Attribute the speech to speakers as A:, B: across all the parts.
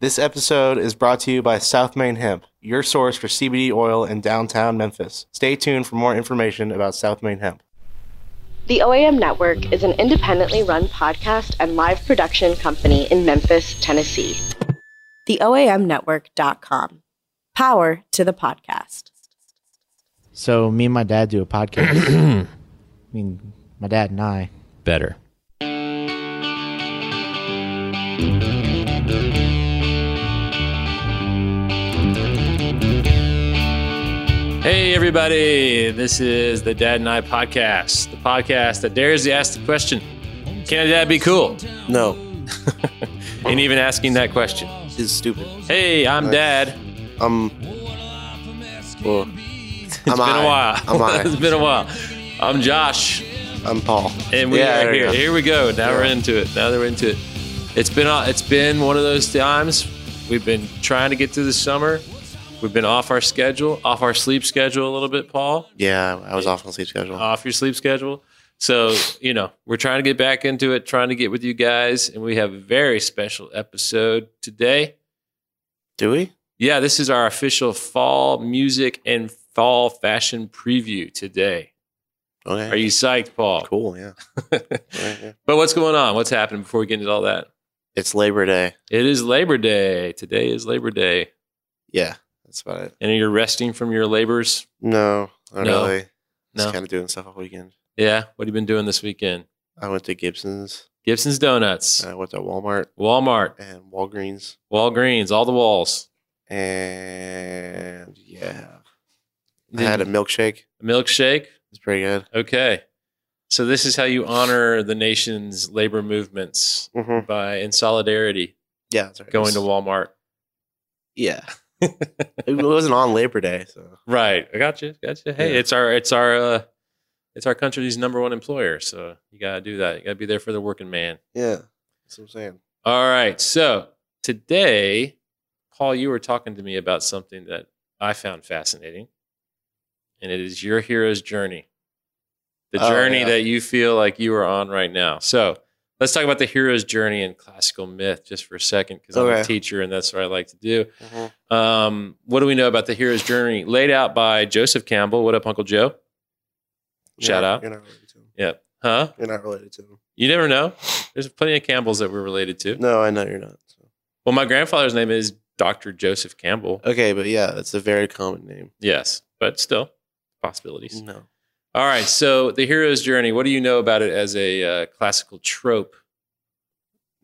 A: This episode is brought to you by South Main Hemp, your source for CBD oil in downtown Memphis. Stay tuned for more information about South Main Hemp.
B: The OAM Network is an independently run podcast and live production company in Memphis, Tennessee. TheOAMNetwork.com. Power to the podcast.
C: So me and my dad do a podcast. I mean, my dad and I.
D: Better. Hey, everybody. This is the Dad and I podcast, the podcast that dares to ask the question Can a dad be cool?
A: No,
D: And even asking that question.
A: this is stupid.
D: Hey, I'm Dad.
A: Um, well,
D: It's been a while.
A: I'm I.
D: it's been a while. I'm Josh.
A: I'm Paul.
D: and we
A: Yeah,
D: are
A: there you
D: here.
A: go.
D: Here we go. Now we're into it. Now they're into it. It's been a- it's been one of those times. We've been trying to get through the summer. We've been off our schedule, off our sleep schedule a little bit, Paul.
A: Yeah, I was off on sleep schedule.
D: Off your sleep schedule. So you know we're trying to get back into it, trying to get with you guys, and we have a very special episode today.
A: Do we?
D: Yeah, this is our official fall music and fall fashion preview today.
A: Okay.
D: Are you psyched, Paul?
A: cool? Yeah. Alright, yeah.
D: but what's going on? What's happening before we get into all that?
A: It's Labor Day.
D: It is Labor Day. Today is Labor Day.
A: Yeah, that's about it.
D: And you're resting from your labors?
A: No, not
D: No.
A: really. Just
D: No.
A: kind of doing stuff all weekend.
D: Yeah. What have you been doing this weekend?
A: I went to Gibson's.
D: Gibson's Donuts,
A: And I went to Walmart
D: Walmart,
A: and Walgreens.
D: Walgreens, all the walls.
A: And yeah, I had a milkshake.
D: milkshake.
A: It's pretty good.
D: Okay. So this is how you honor the nation's labor movements
A: Mm-hmm.
D: by in solidarity
A: Yeah, that's right.
D: going to Walmart.
A: Yeah, it wasn't on Labor Day, so
D: Right. I got you. Got you. Hey,
A: Yeah.
D: it's our it's our uh it's our country's number one employer, so you gotta do that. You gotta be there for the working man.
A: yeah, that's what I'm saying.
D: All right. So today, Paul, you were talking to me about something that I found fascinating, and it is your hero's journey. The
A: Oh,
D: journey
A: yeah.
D: that you feel like you are on right now. So let's talk about the hero's journey in classical myth just for a second, because I'm
A: Okay. Mm-hmm.
D: a teacher and that's what I like to do. Um, what do we know about the hero's journey laid out by Joseph Campbell? What up, Uncle Joe?
A: You're
D: Shout
A: not-
D: out.
A: You're not related to him.
D: Yep. Huh?
A: You're not related to him.
D: You never know. There's plenty of Campbells that we're related to.
A: No, I know you're not. so.
D: Well, my grandfather's name is Dr. Joseph Campbell.
A: Okay, but yeah, that's a very common name.
D: Yes, but still possibilities.
A: No,
D: All right. So the hero's journey. What do you know about it as a uh, classical trope?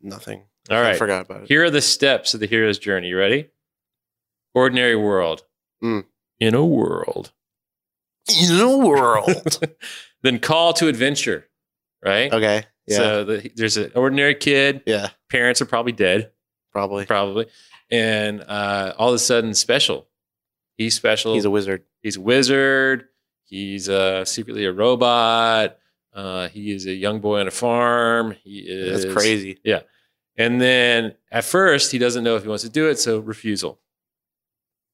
A: nothing.
D: All
A: I
D: right.
A: forgot about it.
D: Here are the steps of the hero's journey. You ready? Ordinary world.
A: Mm.
D: In a world.
A: In the world.
D: then call to adventure. Right.
A: okay. Oh, Yeah.
D: So the, there's an ordinary kid.
A: yeah.
D: Parents are probably dead.
A: Probably.
D: Probably. And uh, all of a sudden, special. He's special.
A: He's a wizard.
D: he's a wizard. He's uh, secretly a robot. Uh, he is a young boy on a farm. He is
A: That's crazy.
D: And then at first, he doesn't know if he wants to do it, so refusal.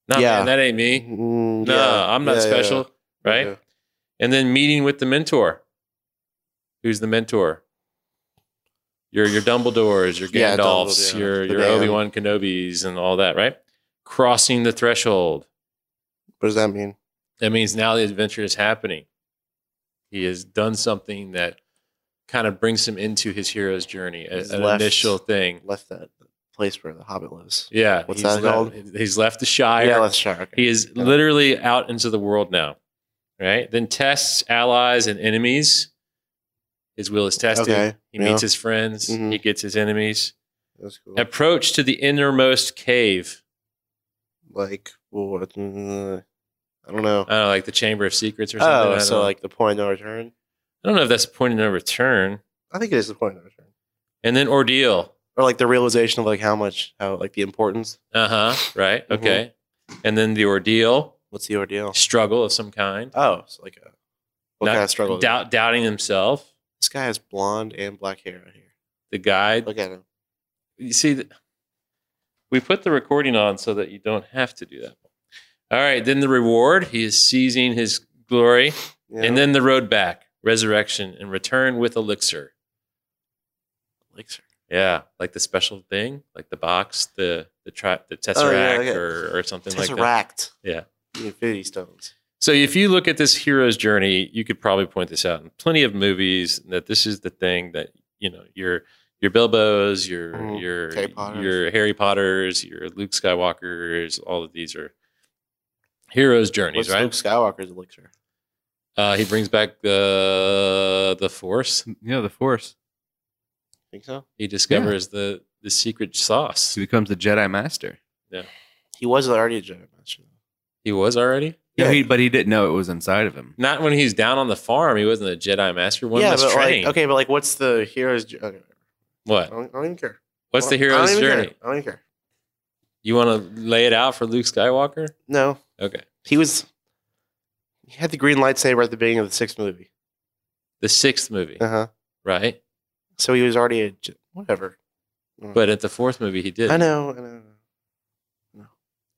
D: No,
A: Yeah.
D: man, that ain't me.
A: Mm,
D: No,
A: yeah,
D: I'm not
A: yeah, yeah,
D: special,
A: yeah,
D: right?
A: yeah.
D: And then meeting with the mentor. Who's the mentor? Your your Dumbledores, your
A: Yeah,
D: Gandalfs,
A: Dumbledore,
D: your
A: the
D: your
A: man.
D: Obi Wan Kenobis, and all that, right? Crossing the threshold.
A: What does that mean?
D: That means now the adventure is happening. He has done something that kind of brings him into his hero's journey, a-
A: He's
D: an
A: left.
D: initial thing.
A: Left that place where the Hobbit lives.
D: Yeah.
A: What's
D: he's
A: that
D: left-
A: called?
D: He's left the Shire.
A: yeah, left Shire. Okay.
D: he is
A: Yeah.
D: literally out into the world now. Right? Then tests allies and enemies. His will is tested.
A: Okay,
D: He
A: yeah.
D: meets his friends.
A: Mhm.
D: He gets his enemies.
A: That's cool.
D: Approach to the innermost cave.
A: like what? mm, I don't know.
D: I don't know, like the Chamber of Secrets or something. I
A: Oh,
D: don't
A: so
D: know.
A: like the point of no return?
D: I don't know if that's the point of no return.
A: I think it is the point of no return,
D: And then ordeal.
A: or like the realization of like how much, how like the importance.
D: Uh huh. Right.
A: Mhm.
D: Okay. And then the ordeal,
A: What's the ordeal?
D: struggle of some kind.
A: Oh, it's like a what
D: Not-
A: kind of struggle? is it?
D: Doubt, doubting himself.
A: This guy has blonde and black hair right here.
D: The guy.
A: Look at him.
D: You see, th- we put the recording on so that you don't have to do that. All right. Then the reward. He is seizing his glory,
A: Yeah.
D: and then the road back, resurrection, and return with elixir.
A: elixir.
D: Yeah, like the special thing, like the box, the the tri- the tesseract
A: okay.
D: or, or something like that.
A: Oh, Tesseract.
D: Yeah.
A: The Infinity Stones.
D: So if you look at this hero's journey, you could probably point this out in plenty of movies that this is the thing that you know your your Bilbo's, your
A: Mhm.
D: your
A: Harry Potters.
D: your Harry Potter's, your Luke Skywalker's, all of these are hero's journeys,
A: What's
D: right?
A: Luke Skywalker's elixir?
D: Uh, he brings back the the Force.
E: Yeah, the Force.
A: Think so?
D: He discovers the the secret sauce.
E: He becomes the Jedi Master.
A: He was already a Jedi Master.
D: He was already
E: Yeah,
A: Yeah.
E: he, but he didn't know it was inside of him.
D: not when he's down on the farm. He wasn't a Jedi Master. One
A: yeah,
D: less
A: but
D: training.
A: like, okay, but like, what's the hero's? jo- Okay, I,
D: What?
A: don't, I don't even care.
D: What's the
A: I don't
D: hero's
A: even care.
D: journey?
A: I don't even care.
D: You want to lay it out for Luke Skywalker?
A: No,
D: Okay.
A: he was. He had the green lightsaber at the beginning of the sixth movie.
D: The sixth movie,
A: Uh huh.
D: right?
A: So he was already a Je- whatever.
D: But at the fourth movie, he did.
A: I know. I know.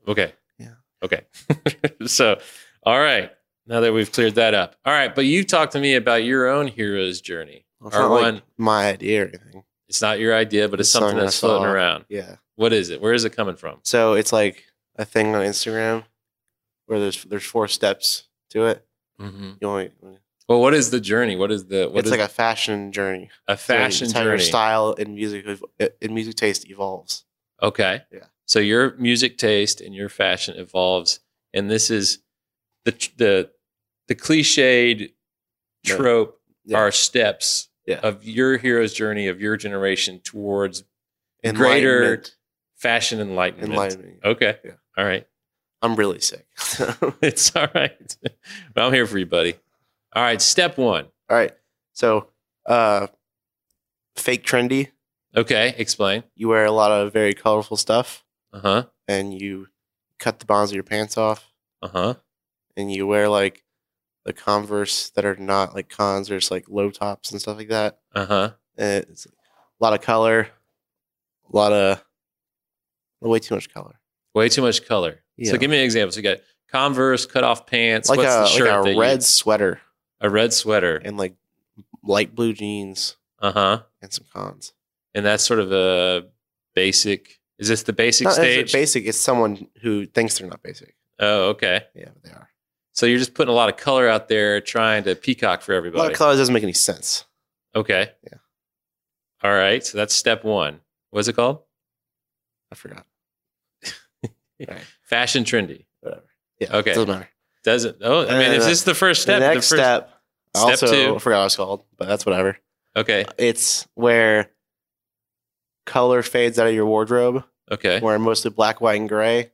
D: Okay.
A: Yeah.
D: Okay. so, all right. Now that we've cleared that up, all right. But you talked to me about your own hero's journey.
A: It's
D: Our
A: not like
D: one.
A: my idea or anything.
D: It's not your idea, but it's,
A: It's
D: something
A: something I
D: that's floating
A: saw.
D: around.
A: Yeah.
D: What is it? Where is it coming from?
A: So it's like a thing on Instagram where there's there's four steps to it.
D: Mm-hmm.
A: You only
D: Well, what is the journey? What is the? What
A: it's
D: is
A: like a fashion journey.
D: a,
A: So
D: fashion
A: it's how Your
D: journey?
A: style and music ev- and music taste evolves.
D: Okay.
A: Yeah.
D: So your music taste and your fashion evolves, and this is the the the cliched
A: Yeah.
D: trope
A: Yeah.
D: are steps
A: Yeah.
D: of your hero's journey of your generation towards Greater-
A: Enlightenment.
D: fashion enlightenment.
A: enlightenment.
D: Okay.
A: Yeah.
D: All right.
A: I'm really sick. All
D: It's all right. Well, I'm here for you, buddy. All right. Step one.
A: right. So, uh, fake trendy.
D: Okay. Explain.
A: You wear a lot of very colorful stuff,
D: Uh huh.
A: and you cut the bonds of your pants off,
D: Uh huh.
A: and you wear like the Converse that are not like cons. There's like low tops and stuff like that.
D: Uh huh.
A: And it's a lot of color, a lot of way too much color.
D: Way too much color. So
A: Yeah.
D: give me an example. So you got Converse, cut off pants.
A: like
D: What's
A: a
D: the shirt
A: like
D: that
A: a
D: you-
A: red sweater
D: a red sweater.
A: and like light blue jeans
D: Uh huh.
A: and some cons.
D: and that's sort of a basic. Is this the basic
A: Not necessarily
D: stage?
A: basic. It's someone who thinks they're not basic.
D: oh, okay.
A: Yeah, but they are.
D: So you're just putting a lot of color out there, trying to peacock for
A: A lot
D: everybody.
A: of colors doesn't make any sense.
D: okay.
A: Yeah.
D: All right. So that's step one. What's it called?
A: I forgot.
D: Fashion trendy.
A: Whatever. Yeah.
D: Okay.
A: Doesn't matter.
D: Doesn't. Oh, I mean,
A: Uh,
D: is this the first step?
A: the next
D: first,
A: step. I
D: Step
A: also
D: two.
A: I forgot what it's called, but that's whatever.
D: Okay.
A: It's where color fades out of your wardrobe,
D: Okay.
A: wearing mostly black, white, and gray.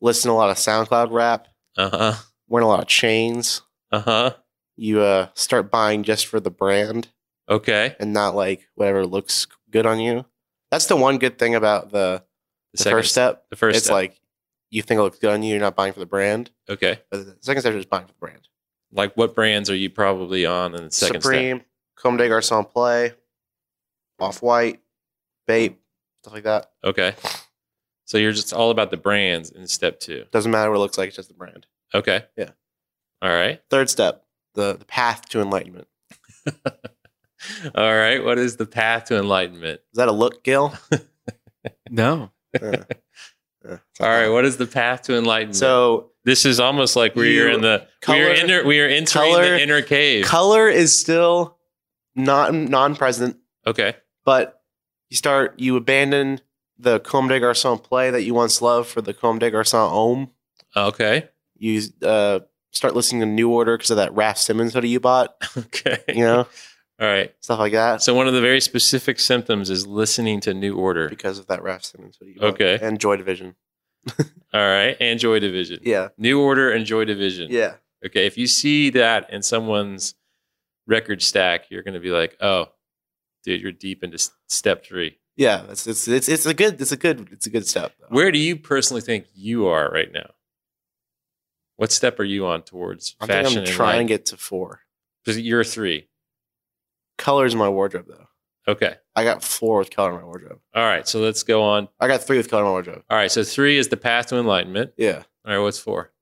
A: Listen to a lot of SoundCloud rap,
D: Uh huh.
A: wearing a lot of chains.
D: Uh huh.
A: You uh, start buying just for the brand.
D: Okay.
A: and not like whatever looks good on you. That's the one good thing about the, the
D: second-
A: first step.
D: The first.
A: it's
D: step.
A: like you think it looks good on you, you're not buying for the brand.
D: okay.
A: But the second step is buying for the brand.
D: Like what brands are you probably on in the second step?
A: Supreme, Comme des Garçons Play, Off White, Bape, stuff like that.
D: Okay. So you're just all about the brands in step two.
A: Doesn't matter what it looks like, it's just the brand.
D: Okay.
A: Yeah.
D: All right.
A: Third step, the, the path to enlightenment.
D: All right. What is the path to enlightenment?
A: Is that a look, Gil?
E: No.
A: Uh, uh,
D: All right. What is the path to enlightenment?
A: So
D: this is almost like we're
A: You-
D: in the we are
A: color-
D: inner we are entering
A: color-
D: the inner cave.
A: color is still not non present.
D: okay.
A: but you start you abandon the Comme des Garçons play that you once loved for the Comme des Garçons Home.
D: Okay.
A: You uh, start listening to New Order because of that Raph Simmons hoodie you bought,
D: Okay.
A: you know,
D: All right.
A: stuff like that.
D: So one of the very specific symptoms is listening to New Order.
A: because of that Raph Simmons hoodie. You bought.
D: Okay.
A: and Joy Division.
D: All right. And Joy Division.
A: Yeah,
D: New Order and Joy Division.
A: yeah.
D: Okay. If you see that in someone's record stack, you're going to be like, oh, dude, you're deep into s- step three.
A: Yeah, it's, it's it's it's a good it's a good it's a good step. though.
D: Where do you personally think you are right now? What step are you on towards
A: I think
D: fashion?
A: I'm trying to
D: and
A: get to four.
D: get you're three.
A: Colors in my wardrobe though.
D: Okay.
A: I got four with color in my wardrobe.
D: All right. So let's go on.
A: I got three with color in my wardrobe.
D: All right. So three is the path to enlightenment.
A: Yeah.
D: All right. What's four?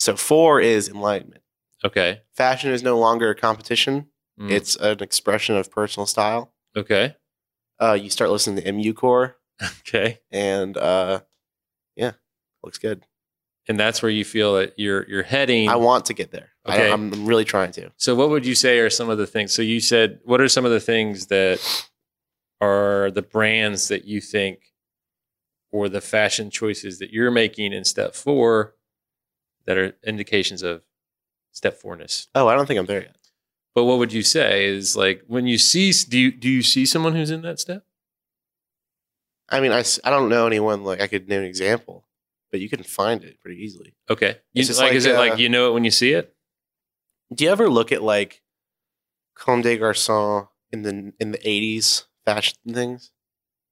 A: So four is enlightenment.
D: Okay.
A: Fashion is no longer a competition.
D: Mm,
A: It's an expression of personal style.
D: okay.
A: uh, you start listening to MU Core,
D: Okay.
A: and uh, yeah, looks good.
D: And that's where you feel that you're you're heading.
A: I want to get there.
D: Okay.
A: I, I'm really trying to.
D: so what would you say are some of the things? So you said what are some of the things that are the brands that you think or the fashion choices that you're making in step 4 that are indications of step 4ness?
A: Oh, I don't think I'm there yet.
D: But what would you say is like when you see do you do you see someone who's in that step?
A: I mean, I, s- I don't know anyone like I could name an example, but you can find it pretty easily.
D: Okay. You,
A: It's just
D: like,
A: like,
D: is it
A: uh,
D: like you know it when you see it?
A: Do you ever look at like Comme des Garçons in the in the '80s fashion things?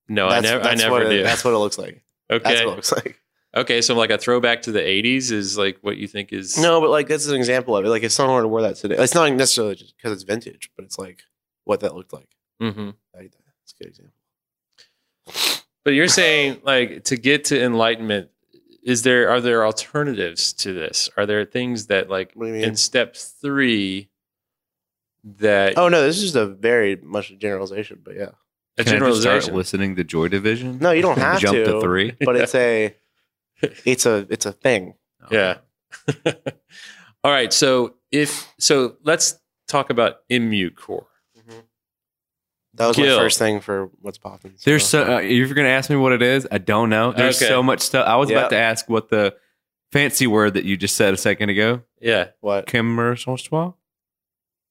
D: No, Oh, I never I
A: that's what
D: never
A: it-
D: do.
A: That's what it looks like. That's
D: okay.
A: what it looks like.
D: Okay, so like a throwback to the '80s is like what you think is
A: No, but like that's an example of it. Like if someone were to wear that today, it's not necessarily just because it's vintage, but it's like what that looked like.
D: hmm
A: Like, That's a good example.
D: But you're saying like to get to enlightenment, is there are there alternatives to this? Are there things that like
A: What do you mean?
D: in step three that
A: Oh no, this is just a very much a generalization, but yeah.
D: a
E: Can I just start
D: generalization?
E: listening to Joy Division?
A: No, you don't have
E: Jump
A: to.
E: to three.
A: But it's a, it's a, it's a thing.
D: Yeah. All right. So if so, let's talk about Immu Core.
A: That was
D: Gil.
A: my first thing for what's popping.
E: There's so uh, if you're gonna ask me what it is, I don't know. There's
D: Okay.
E: so much stuff. I was
A: Yep.
E: about to ask what the fancy word that you just said a second ago,
D: Yeah,
A: what
E: commercial schwa?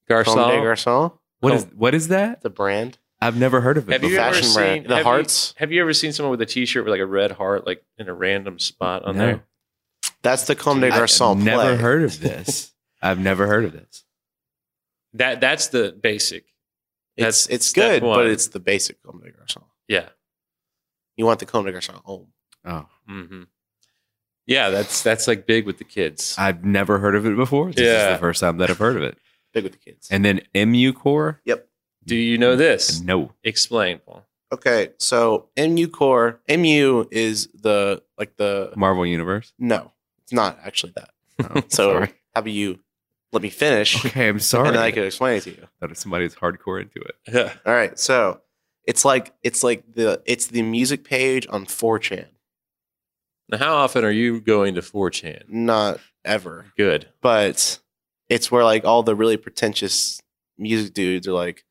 A: Comme des
D: Garcon.
A: Garçons,
E: What is what is that?
A: the brand.
E: I've never heard of it.
D: Have you
E: before.
D: ever
A: fashion brand.
D: seen
A: The
D: have you-
A: hearts?
D: have you ever seen someone with a T-shirt with like a red heart, like in a random spot on
E: No.
D: there?
A: That's the Comme des
E: I've
A: Garçons.
E: never
A: play.
E: heard of this. I've never heard of this.
D: That that's the basic.
A: It's
D: That's
A: it's
D: step
A: good,
D: one.
A: but it's the basic Comme des Garçons.
D: Yeah.
A: You want the Comme des Garçons home.
E: Oh,
D: hmm Yeah, that's that's like big with the kids.
E: I've never heard of it before. This
D: Yeah.
E: is the first time that I've heard of it.
A: Big with the kids.
E: And then MU Core?
D: Do you know this?
E: No.
D: Explain, Paul.
A: Okay, so MU Core, MU is the like the
E: Marvel Universe.
A: no, it's not actually that.
E: Oh,
A: So
E: sorry.
A: how about you let me finish
E: okay, I'm sorry.
A: and then I can explain it to you.
E: Thought somebody's hardcore into it.
D: Yeah.
A: All right, so it's like it's like the it's the music page on 4chan.
D: Now, how often are you going to 4chan?
A: Not ever,
D: Good.
A: but it's where like all the really pretentious music dudes are like,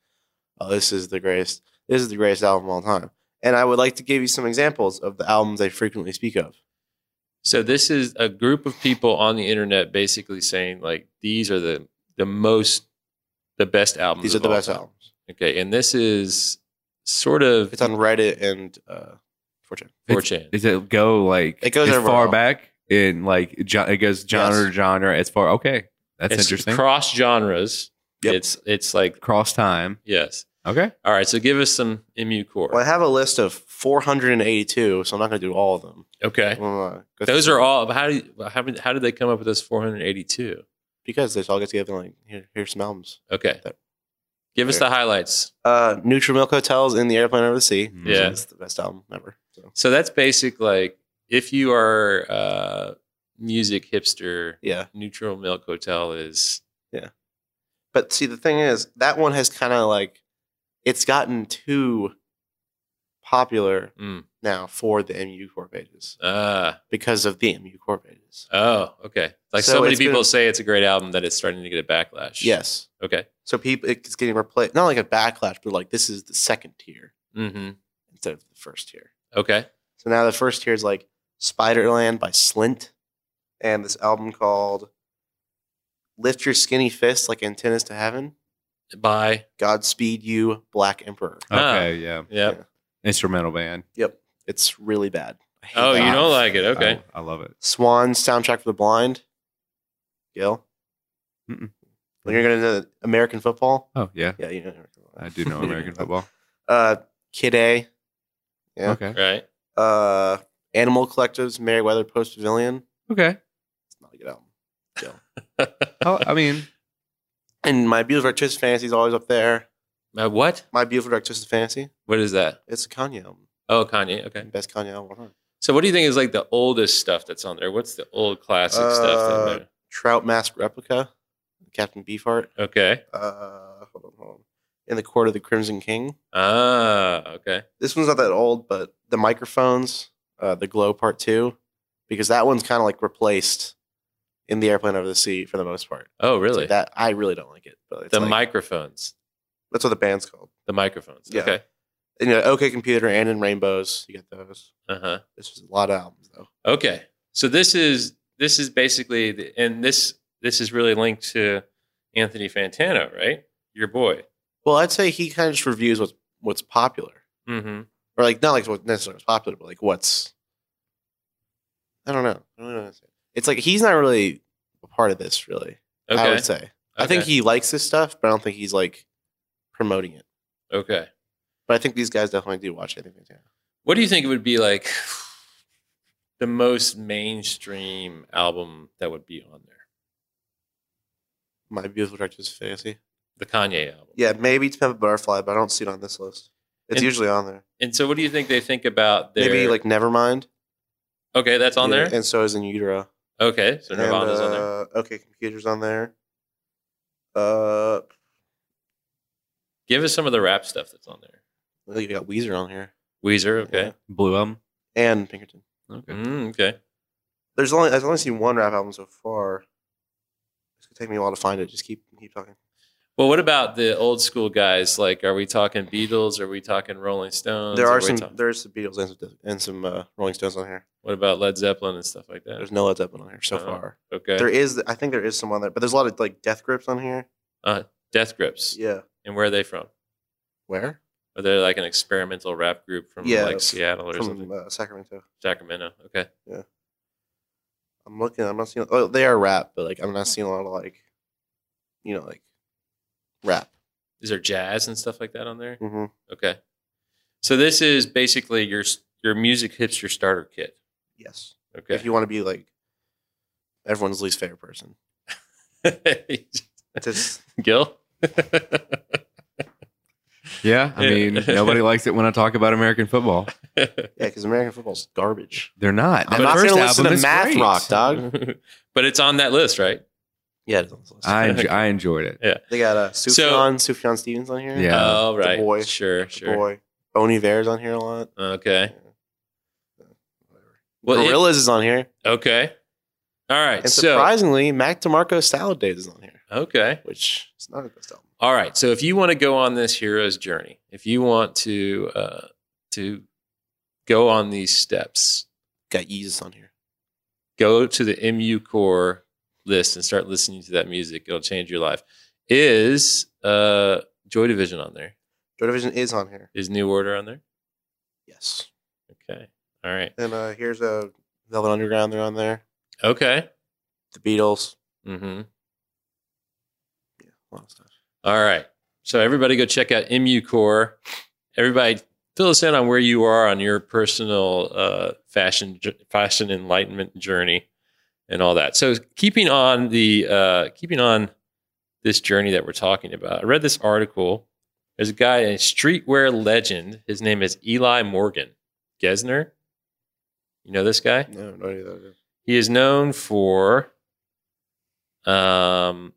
A: "Oh, this is the greatest. This is the greatest album of all time." And I would like to give you some examples of the albums I frequently speak of.
D: So this is a group of people on the internet basically saying like these are the the most the best albums.
A: These are
D: of
A: the
D: all
A: best
D: time.
A: albums.
D: Okay, and this is sort of
A: It's on Reddit and uh, 4chan.
D: 4chan.
E: Does it go like
A: It goes
E: as
A: everywhere
E: far
A: else.
E: back in like jo- it goes genre
A: Yes.
E: to genre as far okay. That's
D: It's
E: interesting.
D: Cross genres.
A: Yep.
D: It's it's like
E: Cross time.
D: yes.
E: Okay.
D: All right, so give us some MU core.
A: Well, I have a list of 482, so I'm not going to do all of them.
D: Okay.
A: I'm gonna go
D: Those
A: through-
D: are all. How do you, how, did- how did they come up with this 482?
A: because they all get together and like here, here's some albums.
D: Okay.
A: That-
D: Give us the highlights.
A: Uh, Neutral Milk Hotels in the Airplane Over the Sea.
D: Yeah.
A: it's the best album ever. So,
D: So that's basic. Like if you are uh, music hipster,
A: yeah,
D: Neutral Milk Hotel is
A: but see the thing is that one has kind of like it's gotten too popular
D: Mm.
A: now for the MU core pages
D: uh
A: because of the MU core pages.
D: oh okay. Like so,
A: So
D: many
A: it's gonna-
D: people say it's a great album that it's starting to get a backlash.
A: Yes,
D: Okay.
A: so people it's getting replaced not like a backlash, but like this is the second tier
D: Mm-hmm.
A: instead of the first tier.
D: Okay.
A: So now the first tier is like Spiderland by Slint and this album called Lift Your Skinny Fist Like Antennas to Heaven,
D: Bye.
A: Godspeed You, Black Emperor.
E: Okay,
D: Ah.
E: yeah.
D: Yep.
E: Instrumental band.
A: It's really bad. I hate
D: Oh, you
A: that.
D: don't like it? Okay.
E: I, I love it.
A: Swan Soundtrack for the Blind. Gil?
E: Mm-mm.
A: Well, You're going to know American football?
E: Oh yeah.
A: Yeah, you know American football.
E: I do know American football.
A: Uh, Kid A, Yeah.
E: Okay.
D: Right.
A: uh, Animal Collectives, Merryweather Post Pavilion.
E: Okay.
A: It's not a good album.
E: Oh, I mean,
A: And My Beautiful Artistic Fantasy is always up there.
D: Uh, what?
A: My Beautiful Dark Twisted Fantasy.
D: What is that?
A: It's a Kanye album.
D: Oh, Kanye. Okay.
A: Best Kanye album of all time.
D: So what do you think is like the oldest stuff that's on there? What's the old classic stuff?
A: Uh,
D: That
A: Trout Mask Replica. Captain Beefheart.
D: okay.
A: Uh, hold on, hold in the court of the Crimson King.
D: Ah, okay.
A: This one's not that old, but the microphones, uh, the Glow Part Two, because that one's kind of like replaced in the airplane over the sea for the most part.
D: Oh,
A: It's like
D: really?
A: that I really don't like it. But it's
D: the
A: like-
D: microphones.
A: That's what the band's called.
D: The microphones.
A: Yeah.
D: Okay.
A: And, you know, OK Computer and in Rainbows, you get those.
D: Uh huh.
A: It's just a lot of albums though.
D: Okay. So this is this is basically the, and this this is really linked to Anthony Fantano, right? Your boy.
A: Well, I'd say he kind of just reviews what's what's popular,
D: Mm-hmm.
A: or like not like what necessarily what's popular, but like what's. I don't know. I don't know. how to say it. It's like he's not really a part of this, really.
D: Okay.
A: I would say. I think
D: Okay.
A: he likes this stuff, but I don't think he's like promoting it.
D: Okay.
A: But I think these guys definitely do watch anything. Yeah.
D: What do you think it would be like? The most mainstream album that would be on there,
A: My beautiful director's fantasy.
D: the Kanye album.
A: Yeah, maybe to have a butterfly, but I don't see it on this list. It's
D: And-
A: usually on there.
D: And so, what do you think they think about their?
A: Maybe like Nevermind.
D: okay, that's on
A: Yeah,
D: there.
A: And uh, so is in utero.
D: okay, so Nirvana's on there.
A: on there. Okay, computers on there. Uh,
D: Give us some of the rap stuff that's on there.
A: well, you got Weezer on here
D: Weezer, okay,
E: Blue album.
A: and Pinkerton.
E: Okay.
D: Mm, okay.
A: There's only I've only seen one rap album so far. It's gonna take me a while to find it. Just keep keep talking.
D: Well, what about the old school guys? Like, are we talking Beatles? Are we talking Rolling Stones?
A: there are
D: we
A: some
D: talk-
A: there's some Beatles and some, and some uh, Rolling Stones on here.
D: what about Led Zeppelin and stuff like that?
A: There's no Led Zeppelin on here so
D: Uh-huh.
A: far.
D: Okay,
A: There is I think there is some on there, but there's a lot of like Death Grips on here.
D: Death Grips.
A: Yeah.
D: And where are they from?
A: Where?
D: Are they like an experimental rap group from
A: Yeah,
D: like Seattle or
A: From
D: something?
A: uh, Sacramento.
D: Sacramento. Okay.
A: I'm looking. I'm not seeing. Oh, they are rap, but like I'm not seeing a lot of like, you know, like rap.
D: Is there jazz and stuff like that on there?
A: hmm
D: Okay. So this is basically your your music hipster starter kit.
A: Yes.
D: Okay.
A: If you want to be like everyone's least favorite person, Just-
D: Gil.
E: Yeah, I mean,
D: Yeah.
E: nobody likes it when I talk about American football.
A: yeah, because American football's garbage.
E: They're not.
A: I'm
E: The
A: not
E: first
A: gonna listen
E: album
A: to
E: is
A: math
E: great.
A: rock, dog.
D: but it's on that list, right?
A: Yeah, it's on this list.
E: I enjo- I enjoyed it.
A: they got uh,
D: So-
A: Sufjan Sufjan Stevens on here.
E: Yeah.
D: oh, right.
A: boy.
D: Sure,
A: The
D: sure.
A: boy. Bon Iver's on here a lot.
D: Okay. Well,
A: Well,
D: it-
A: Gorillas is on here,
D: okay. All right.
A: and
D: so
A: surprisingly, Mac DeMarco's Salad Days is on here,
D: okay.
A: which is not a best album.
D: All right. So if you want to go on this hero's journey, if you want to uh, to go on these steps,
A: Got Yeezus on here.
D: go to the MU core list and start listening to that music. It'll change your life. Is uh, Joy Division on there?
A: Joy Division is on here.
D: Is New Order on there?
A: Yes.
D: Okay. All right.
A: And uh, here's a Velvet Underground. They're on there.
D: Okay.
A: The Beatles.
D: Mm-hmm.
A: Yeah, a lot of stuff.
D: All right. So everybody go check out MU core. Everybody fill us in on where you are on your personal uh, fashion j- fashion enlightenment journey and all that. So keeping on the uh, keeping on this journey that we're talking about. I read this article. There's a guy, a streetwear legend. His name is Eli Morgan Gesner. You know this guy?
A: No, no idea. That
D: He is known for um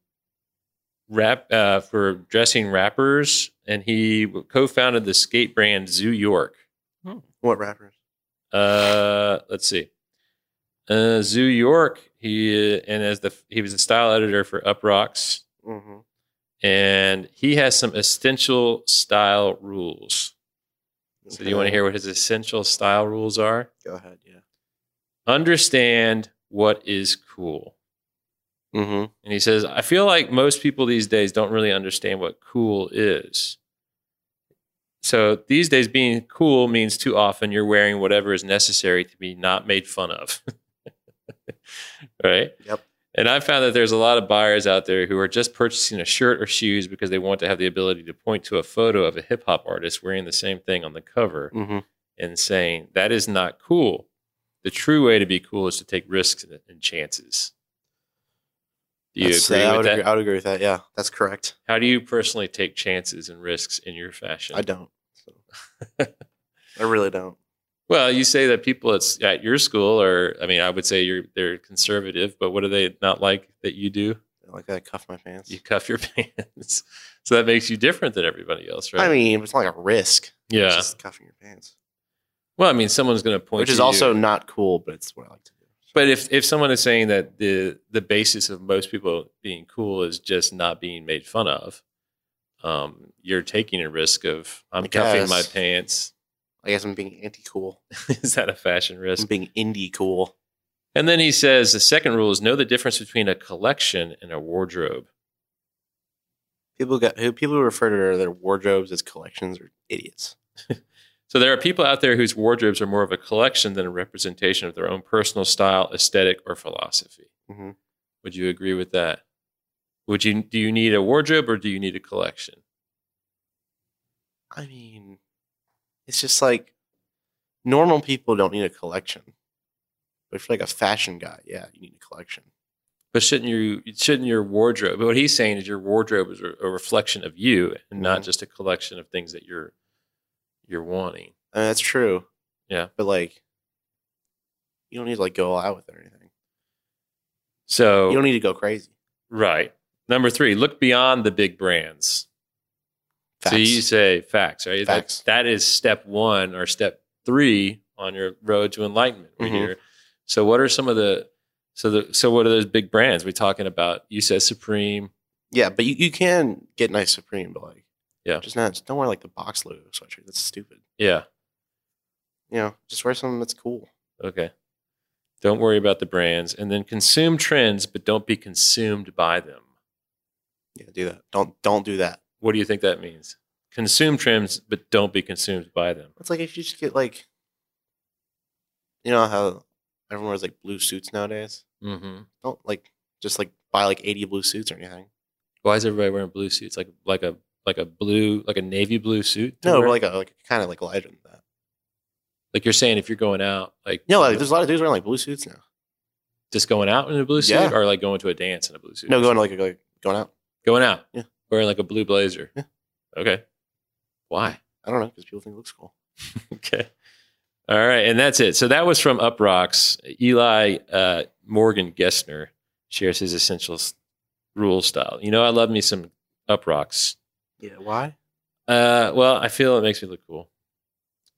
D: rap uh, for dressing rappers and he co-founded the skate brand Zoo York.
A: What rappers?
D: Uh let's see. Uh Zoo York, he uh, and as the he was the style editor for Up Rocks
A: Mm-hmm.
D: and he has some essential style rules. So do you want to hear what his essential style rules are?
A: Go ahead. Yeah.
D: Understand what is cool.
A: Mm-hmm.
D: And he says, I feel like most people these days don't really understand what cool is. So these days, being cool means too often you're wearing whatever is necessary to be not made fun of. right?
A: Yep.
D: And I found that there's a lot of buyers out there who are just purchasing a shirt or shoes because they want to have the ability to point to a photo of a hip hop artist wearing the same thing on the cover
A: Mm-hmm.
D: and saying, that is not cool. The true way to be cool is to take risks and- and chances. Do you agree
A: I
D: with
A: would
D: that?
A: Agree, I would agree with that. Yeah, that's correct.
D: How do you personally take chances and risks in your fashion?
A: I don't. So. I really don't.
D: Well, you say that people at, s- at your school are, I mean, I would say you're they're conservative, but what do they not like that you do?
A: Uh, like that. Cuff my pants.
D: You cuff your pants, so that makes you different than everybody else,
A: I
D: right?
A: mean, it's not like a risk.
D: yeah.
A: It's just cuffing your pants,
D: well, I mean, someone's going to point,
A: which
D: to
A: is
D: you.
A: also not cool, but it's what I like to do.
D: But if if someone is saying that the the basis of most people being cool is just not being made fun of, um, you're taking a risk of I'm
A: I
D: cuffing
A: guess.
D: my pants.
A: I guess I'm being anti-cool.
D: is that a fashion risk?
A: I'm being indie cool.
D: And then he says the second rule is know the difference between a collection and a wardrobe.
A: People got who people who refer to their wardrobes as collections are idiots.
D: So there are people out there whose wardrobes are more of a collection than a representation of their own personal style, aesthetic, or philosophy.
A: Mhm.
D: Would you agree with that? Would you do you need a wardrobe or do you need a collection?
A: I mean, it's just like normal people don't need a collection, but if you're like a fashion guy, yeah, you need a collection.
D: But shouldn't you shouldn't your wardrobe? What he's saying is your wardrobe is a a reflection of you and not
A: Mhm.
D: just a collection of things that you're you're wanting.
A: I mean, that's true.
D: Yeah.
A: but like, you don't need to like go all out with it or anything.
D: So Oh.
A: You don't need to go crazy.
D: right. Number 3, look beyond the big brands.
A: Facts.
D: So you say facts, right? That-
A: Facts.
D: that is step one or step three on your road to enlightenment. Right
A: Mhm.
D: here. So what are some of the so the so what are those big brands we're talking about? You said Supreme.
A: yeah, but you, you can get nice Supreme, but like,
D: Yeah.
A: just not just don't wear like the box logo sweatshirt. That's stupid.
D: Yeah.
A: You know, just wear something that's cool.
D: Okay. Don't worry about the brands. And then consume trends, but don't be consumed by them.
A: Yeah, do that. Don't don't do that.
D: What do you think that means? Consume trends, but don't be consumed by them.
A: It's like if you just get like, you know how everyone wears like blue suits nowadays.
D: Mm-hmm.
A: Don't like just like buy like eighty blue suits or anything.
D: Why is everybody wearing blue suits? Like like a like a blue like a navy blue suit? to
A: No,
D: wear?
A: but like a like kind of like lighter than that.
D: like you're saying if you're going out like
A: No, like there's a lot of dudes wearing like blue suits now.
D: just going out in a blue suit
A: Yeah.
D: or like going to a dance in a blue suit?
A: No, going to like, like going out.
D: going out.
A: Yeah.
D: Wearing like a blue blazer.
A: Yeah.
D: Okay. Why?
A: I don't know because people think it looks cool.
D: Okay. All right. And that's it. So that was from Up Rocks. Eli uh, Morgan Gessner shares his essentials rule style. You know, I love me some Up Rocks.
A: Yeah, why?
D: Uh, well, I feel it makes me look cool.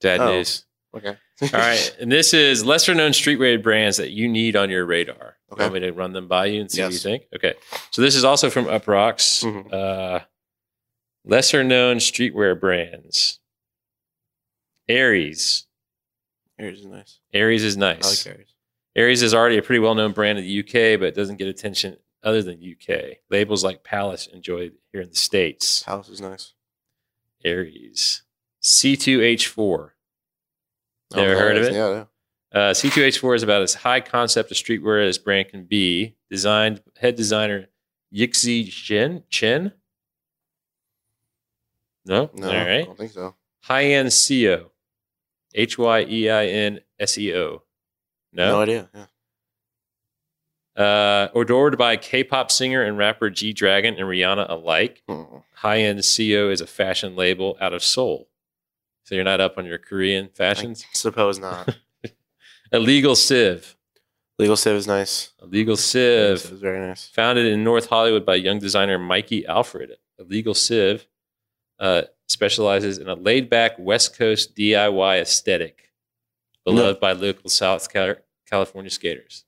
D: Dad
A: Oh.
D: news.
A: Okay.
D: All right. And this is lesser known street rated brands that you need on your radar.
A: Okay.
D: Want me to run them by you and see what you
A: Yes.
D: think? Okay. So this is also from Up Rocks.
A: Mhm.
D: Uh, lesser known streetwear brands. Aries.
A: Aries is nice.
D: Aries is nice.
A: I like Aries.
D: Aries is already a pretty well known brand in the UK, but it doesn't get attention other than UK. Labels like Palace enjoyed here in the States.
A: House is nice.
D: Aries. C2H4.
A: I don't
D: Never
A: know
D: heard of
A: Aries.
D: it?
A: Oh, Yeah, yeah.
D: Uh, C2H4 is about as high concept of streetwear as brand can be. Designed head designer Yixi Shin Chin. No,
A: No,
D: all
A: I
D: right.
A: don't think so.
D: High end CEO, H Y E I N S E O.
A: No
D: No,
A: idea. Yeah.
D: uh, adored by K-pop singer and rapper G Dragon and Rihanna alike.
A: Hmm.
D: High end CEO is a fashion label out of Seoul. So you're not up on your Korean
A: I
D: fashions.
A: suppose not.
D: Illegal Civ.
A: Legal Civ is nice.
D: Illegal
A: Legal
D: Civ.
A: Civ is very nice.
D: founded in North Hollywood by young designer Mikey Alfred. Illegal Civ uh, specializes in a laid back West Coast DIY aesthetic, beloved by local South Cal- California skaters.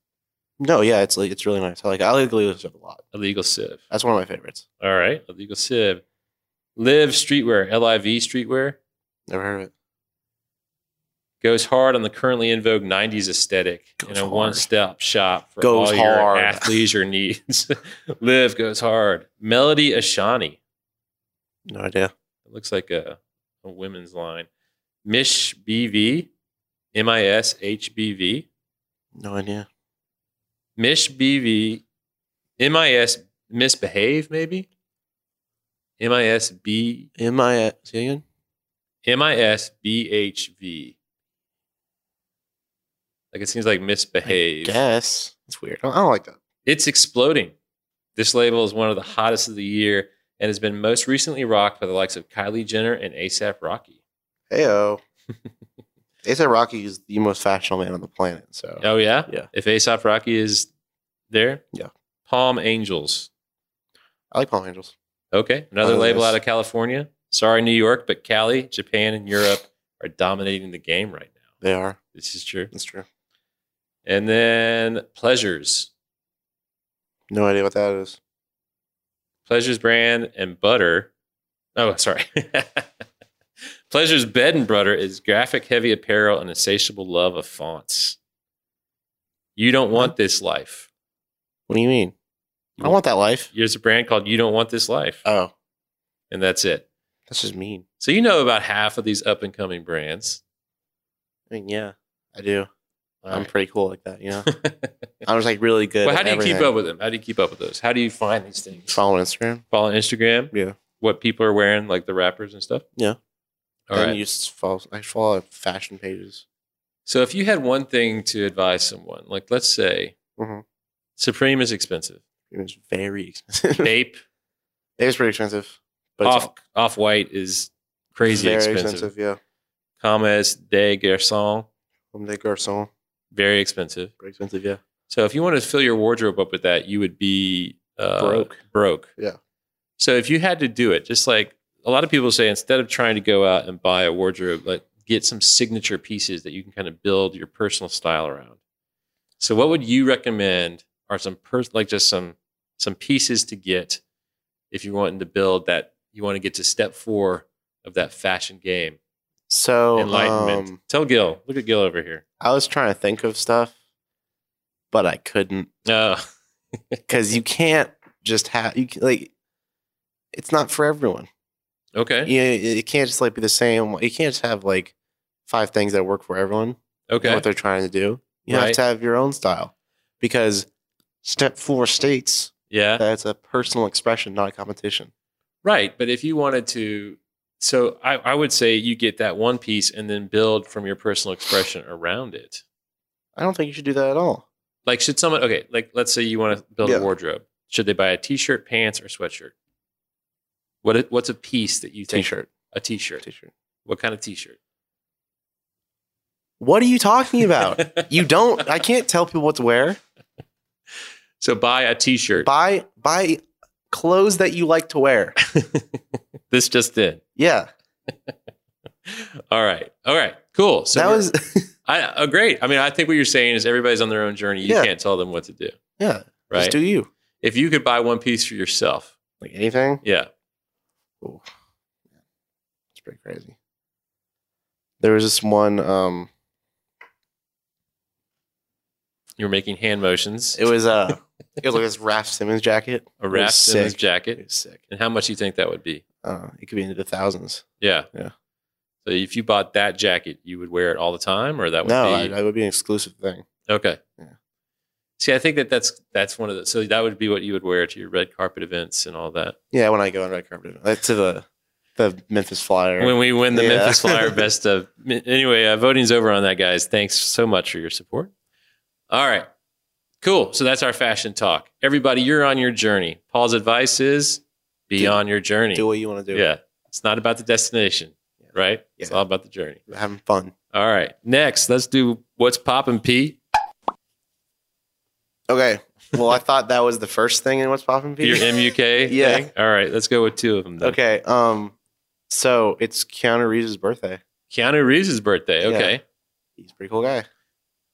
A: No, yeah, it's like it's really nice. I like I like Legal Civ a lot.
D: Illegal Civ.
A: That's one of my favorites.
D: All right. Illegal Civ. Live Streetwear, L I V Streetwear,
A: Never heard of it.
D: goes hard on the currently in vogue 90s aesthetic
A: Goes
D: in a
A: hard.
D: one stop shop for
A: Goes
D: all your
A: hard.
D: athleisure needs. Live goes hard. Melody Ashani.
A: No idea.
D: It looks like a, a women's line. Mish BV, M I S H B V.
A: No idea.
D: Mish BV, M I S misbehave maybe. M I S B
A: Am I at see again?
D: M I S B H V. Like it seems like misbehave.
A: Yes. It's weird. I don't, I don't like that.
D: It's exploding. This label is one of the hottest of the year and has been most recently rocked by the likes of Kylie Jenner and ASAP Rocky.
A: Heyo. they said Rocky is the most fashionable man on the planet. So
D: Oh yeah,
A: Yeah.
D: If Aesop Rocky is there,
A: Yeah.
D: Palm Angels.
A: I like palm angels.
D: Okay. Another
A: Other
D: label
A: list.
D: out of California. Sorry, New York, but Cali, Japan, and Europe are dominating the game right now.
A: They are.
D: This is true.
A: That's true.
D: And then Pleasures.
A: No idea what that is.
D: Pleasures brand and butter. Oh, sorry. Pleasures bed and butter is graphic heavy apparel and insatiable love of fonts. You don't want this life.
A: What do you mean? I want that life.
D: There's a brand called You Don't Want This Life,
A: Oh,
D: and that's it.
A: that's just mean.
D: So you know about half of these up and coming brands.
A: I mean, yeah, I do. I'm
D: Alright.
A: pretty cool like that. You know, I was like really good.
D: well,
A: at
D: how do you keep
A: everything.
D: up with them? How do you keep up with those? How do you find these things?
A: Follow Instagram.
D: Follow Instagram.
A: Yeah.
D: What people are wearing, like the rappers and stuff.
A: Yeah.
D: All
A: then
D: right.
A: you s- follow. I follow fashion pages.
D: So if you had one thing to advise someone, like let's say
A: Mhm.
D: Supreme is expensive,
A: It was very expensive.
D: Ape
A: it was pretty expensive, but it's
D: off off white is crazy
A: very
D: expensive.
A: expensive. Yeah,
D: Commerce de Garçon
A: Comme des garçons,
D: very expensive.
A: very expensive. Yeah,
D: So if you want to fill your wardrobe up with that, you would be uh,
A: Broke.
D: Broke.
A: Yeah.
D: So if you had to do it, just like a lot of people say, instead of trying to go out and buy a wardrobe, like get some signature pieces that you can kind of build your personal style around. So what would you recommend? Are some pers- like just some some pieces to get if you're wanting to build that you want to get to step four of that fashion game
A: so
D: enlightenment.
A: um,
D: Tell Gil, look at Gil over here.
A: I was trying to think of stuff, but I couldn't
D: Uh,
A: because you can't just have you can, like. It's not for everyone.
D: okay,
A: You know, it it can't just like be the same. You can't just have like five things that work for everyone.
D: okay.
A: what they're trying to do. You
D: Right.
A: have to have your own style because step four states
D: yeah.
A: that it's a personal expression, not a competition.
D: Right. But if you wanted to, so I, I would say you get that one piece and then build from your personal expression around it.
A: I don't think you should do that at all.
D: Like, should someone, okay, like let's say you want to build
A: Yeah.
D: a wardrobe. Should they buy a t shirt, pants, or sweatshirt? What i- What's a piece that you think?
A: T-shirt,
D: A t shirt.
A: t-shirt.
D: What kind of t shirt?
A: What are you talking about? you don't. I can't tell people what to wear.
D: So buy a t shirt.
A: Buy buy clothes that you like to wear.
D: This just did.
A: Yeah,
D: All right. All right. Cool. So
A: that
D: we're-
A: was
D: I, oh, great. I mean, I think what you're saying is everybody's on their own journey. You
A: Yeah.
D: can't tell them what to do.
A: yeah.
D: Right.
A: Just do you
D: if you could buy one piece for yourself,
A: like anything?
D: yeah.
A: It's pretty crazy. There was this one. Um,
D: You're making hand motions.
A: it was uh, it was like this Raph Simmons jacket.
D: a wrap
A: was
D: Simmons
A: sick. It
D: jacket.
A: was sick.
D: And how much do you think that would be?
A: Uh, it could be into the thousands.
D: Yeah.
A: Yeah.
D: So if you bought that jacket, you would wear it all the time, or that would
A: no, I-
D: be
A: that would be an exclusive thing.
D: okay.
A: Yeah.
D: See, I think that that's that's one of the so that would be what you would wear to your red carpet events and all that.
A: Yeah, when I go on red carpet, like to the the Memphis Flyer.
D: When we win the
A: Yeah.
D: Memphis Flyer Best of, anyway, uh, voting's over on that, guys. Thanks so much for your support. All right, cool. So that's our fashion talk. Everybody, you're on your journey. Paul's advice is be
A: Do-
D: on your journey.
A: do what you want to do.
D: Yeah. It's not about the destination, right? It's
A: Yeah.
D: all about the journey.
A: We're having fun.
D: All right. Next, let's do what's poppin', Pete.
A: Okay. Well, I thought that was the first thing in what's popping.
D: Your MUK.
A: Yeah.
D: thing? All right. Let's go with two of them. Then.
A: Okay. Um. So it's Keanu Reeves' birthday.
D: Keanu Reeves' birthday.
A: Yeah.
D: Okay.
A: He's a pretty cool guy.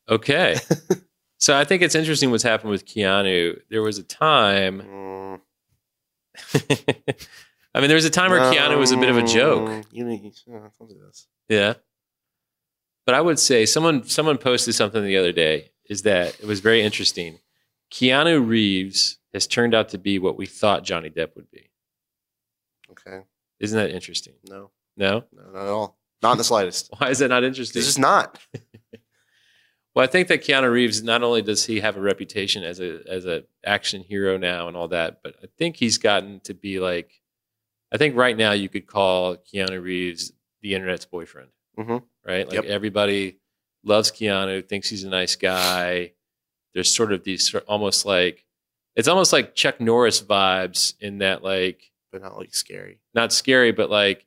D: Okay. so I think it's interesting what's happened with Keanu. There was a time.
A: Mm, Hmm.
D: I mean, there was a time where Keanu was a bit of a joke.
A: mm, You need. uh, Don't do this.
D: Yeah. But I would say someone someone posted something the other day is that it was very interesting. Keanu Reeves has turned out to be what we thought Johnny Depp would be.
A: Okay.
D: Isn't that interesting?
A: No.
D: No?
A: No. Not at all. Not in the slightest.
D: Why is that not
A: This
D: interesting?
A: is not.
D: well, I think that Keanu Reeves not only does he have a reputation as a as a action hero now and all that, but I think he's gotten to be like I think right now you could call Keanu Reeves the internet's boyfriend.
A: Mhm.
D: Right? Like
A: Yep.
D: everybody loves Keanu, thinks he's a nice guy. There's sort of these sor- almost like it's almost like Chuck Norris vibes in that like
A: But not like scary.
D: not scary, but like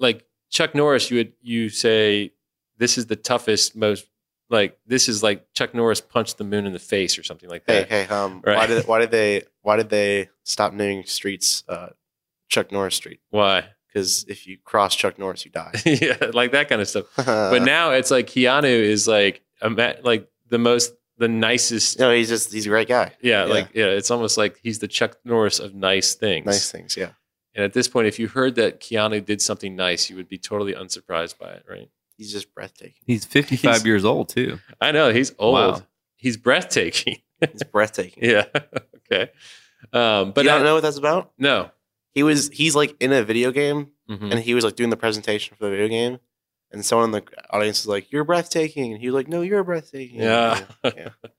D: like Chuck Norris, you would you say this is the toughest, most like this is like Chuck Norris punched the moon in the face or something like
A: Hey,
D: that.
A: hey, um, why
D: Right.
A: did why did they why did they stop naming streets uh, Chuck Norris Street?
D: Why?
A: Because if you cross Chuck Norris, you die.
D: yeah, like that kind of stuff.
A: Uh-huh.
D: but now it's like Keanu is like a ma- like the most the nicest.
A: no, he's just he's a great guy.
D: Yeah,
A: Yeah.
D: like yeah, it's almost like he's the Chuck Norris of nice things.
A: Nice things, yeah.
D: And at this point, if you heard that Keanu did something nice, you would be totally unsurprised by it, right?
A: He's just breathtaking.
E: He's 55
D: He's-
E: years old too.
D: I know he's old.
E: Wow.
D: He's breathtaking.
A: He's breathtaking.
D: yeah. okay. Um,
A: But
D: but
A: you
D: I
A: don't know what that's about.
D: No.
A: He was he's like in a video game
D: Mhm.
A: and he was like doing the presentation for the video game, and someone in the audience was like, "You're breathtaking," and he was like, "No, you're breathtaking."
D: Yeah.
A: yeah.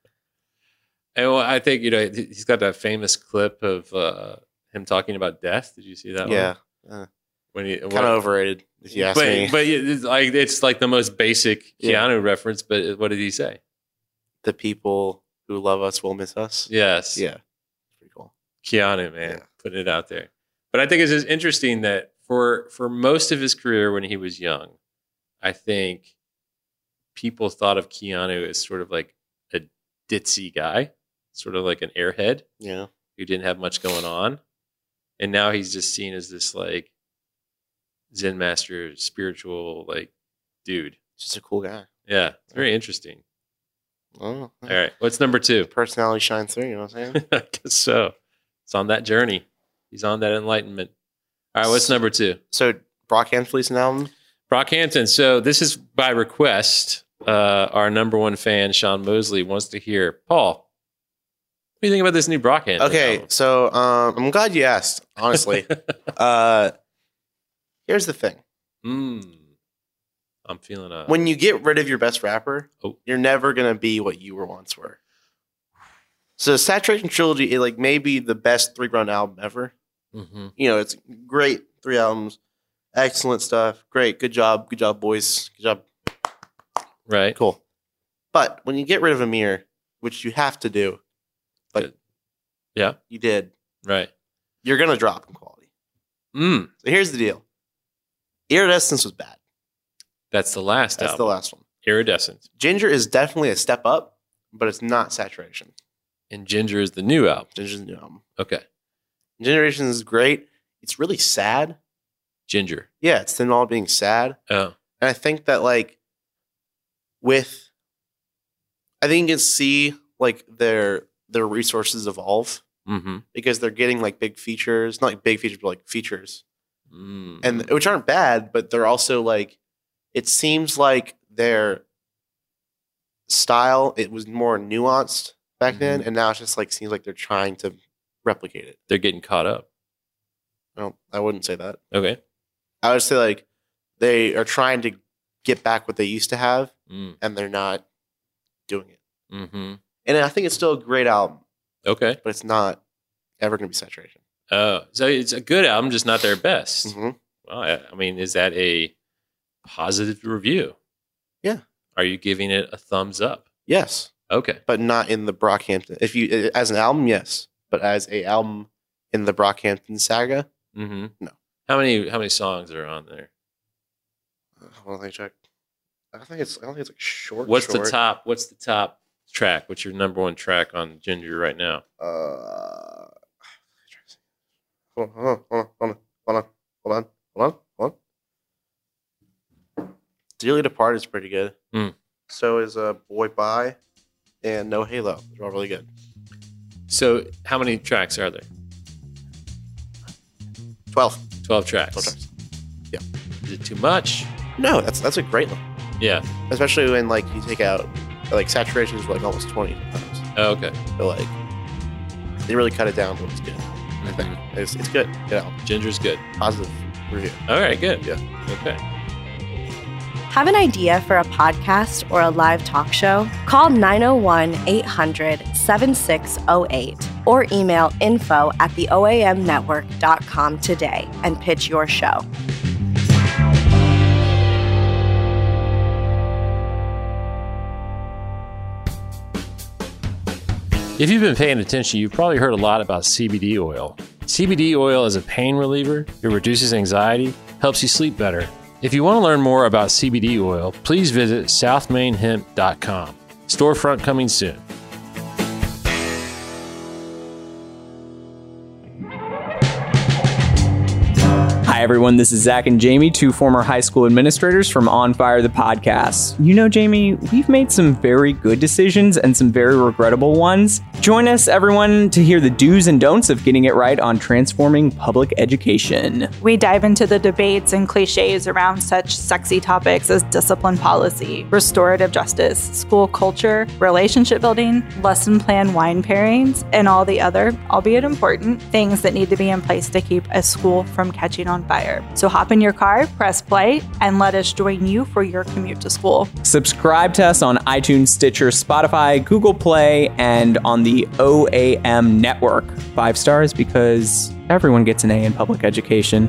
D: And well, I think you know he- he's got that famous clip of uh, him talking about death. Did you see that?
A: yeah.
D: one? When he
A: Kind of overrated, if you ask
D: but,
A: me.
D: But it's like it's like the most basic
A: Yeah.
D: Keanu reference. But what did he say?
A: the people who love us will miss us.
D: Yes.
A: Yeah. Pretty cool.
D: Keanu, man,
A: Yeah.
D: putting it out there. But I think it's just interesting that for for most of his career when he was young, I think people thought of Keanu as sort of like a ditzy guy, sort of like an airhead
A: Yeah.
D: who didn't have much going on, and now he's just seen as this like Zen master, spiritual like dude.
A: Just a cool guy.
D: Yeah, it's very interesting.
A: Oh,
D: All right, what's number two?
A: Personality shines through, you know what I'm saying?
D: I guess so. It's on that journey. He's on that enlightenment. All right, what's number two?
A: so Brockhampton Fleece an album.
D: Brockhampton. So this is by request. Uh, our number one fan, Sean Mosley, wants to hear Paul. What do you think about this new Brockhampton?
A: Okay,
D: album?
A: so um, I'm glad you asked, honestly. uh, here's the thing.
D: Mm. I'm feeling a.
A: When you get rid of your best rapper,
D: Uh, Oh.
A: you're never gonna be what you were once were. So Saturation Trilogy, it like may be the best three round album ever.
D: Mhm.
A: You know, it's great three albums, excellent stuff, great, good job, good job, boys, good job,
D: Right.
A: Cool. But when you get rid of Amir, which you have to do, but
D: Yeah.
A: you did,
D: Right.
A: you're gonna drop in quality.
D: Mm.
A: So here's the deal: Iridescence was bad.
D: That's the last
A: That's the
D: album.
A: last one.
D: Iridescent.
A: Ginger is definitely a step up, but it's not saturation.
D: And Ginger is the new album.
A: Ginger's the new album.
D: Okay.
A: Generation is great. It's really sad.
D: Ginger.
A: Yeah, it's them all being sad,
D: Oh.
A: and I think that like with, I think you can see like their their resources evolve.
D: Mm-hmm.
A: because they're getting like big features, not like big features, but like features,
D: Mm.
A: and which aren't bad, but they're also like, it seems like their style it was more nuanced back then, and now it's just like seems like they're trying to replicate it.
D: they're getting caught up.
A: I don't, I wouldn't say that.
D: Okay.
A: I would say like they are trying to get back what they used to have,
D: Mm.
A: and they're not doing it.
D: Mm-hmm.
A: And I think it's still a great album,
D: Okay.
A: but it's not ever going to be saturation.
D: Oh, so it's a good album, just not their best.
A: hmm
D: Well, I, I mean, is that a positive review?
A: Yeah.
D: Are you giving it a thumbs up?
A: Yes.
D: Okay.
A: but not in the Brockhampton. If you uh, as an album, yes, but as a album in the Brockhampton saga,
D: Mm-hmm.
A: No.
D: How many how many songs are on there?
A: Uh, hold on, let me check. I don't think it's. I don't think it's like short.
D: What's
A: short.
D: the top? What's the top track? What's your number one track on Ginger right now?
A: Uh, hold on, hold on, hold on, hold on, hold on, hold on. Dearly Departed is pretty good.
D: Hmm.
A: So is uh, Boy Bye and No Halo. They're all really good.
D: So, how many tracks are there?
A: Twelve.
D: 12 tracks.
A: Twelve tracks.
D: Is it too much?
A: No, that's that's a great one.
D: Yeah.
A: especially when like you take out like saturations were like almost 20 sometimes
D: Oh, okay.
A: but like they really cut it down when it's good i think
D: Mm-hmm.
A: it's, it's good you know
D: Ginger's good.
A: positive review
D: All right, good.
A: Yeah.
D: Okay.
B: Have an idea for a podcast or a live talk show? Call 901 800 7608 or email info at theoamnetwork.com today and pitch your show.
D: If you've been paying attention, you've probably heard a lot about CBD oil. CBD oil is a pain reliever, it reduces anxiety, helps you sleep better, If you want to learn more about CBD oil, please visit southmainhemp.com. Storefront coming soon.
F: Hi, everyone. This is Zach and Jamie, two former high school administrators from On Fire the podcast. You know, Jamie, we've made some very good decisions and some very regrettable ones. Join us, everyone, to hear the do's and don'ts of getting it right on transforming public education.
G: We dive into the debates and cliches around such sexy topics as discipline policy, restorative justice, school culture, relationship building, lesson plan wine pairings, and all the other, albeit important, things that need to be in place to keep a school from catching on fire. So hop in your car, press play, and let us join you for your commute to school.
F: Subscribe to us on iTunes, Stitcher, Spotify, Google Play, and on the OAM network. Five stars because everyone gets an A in public education.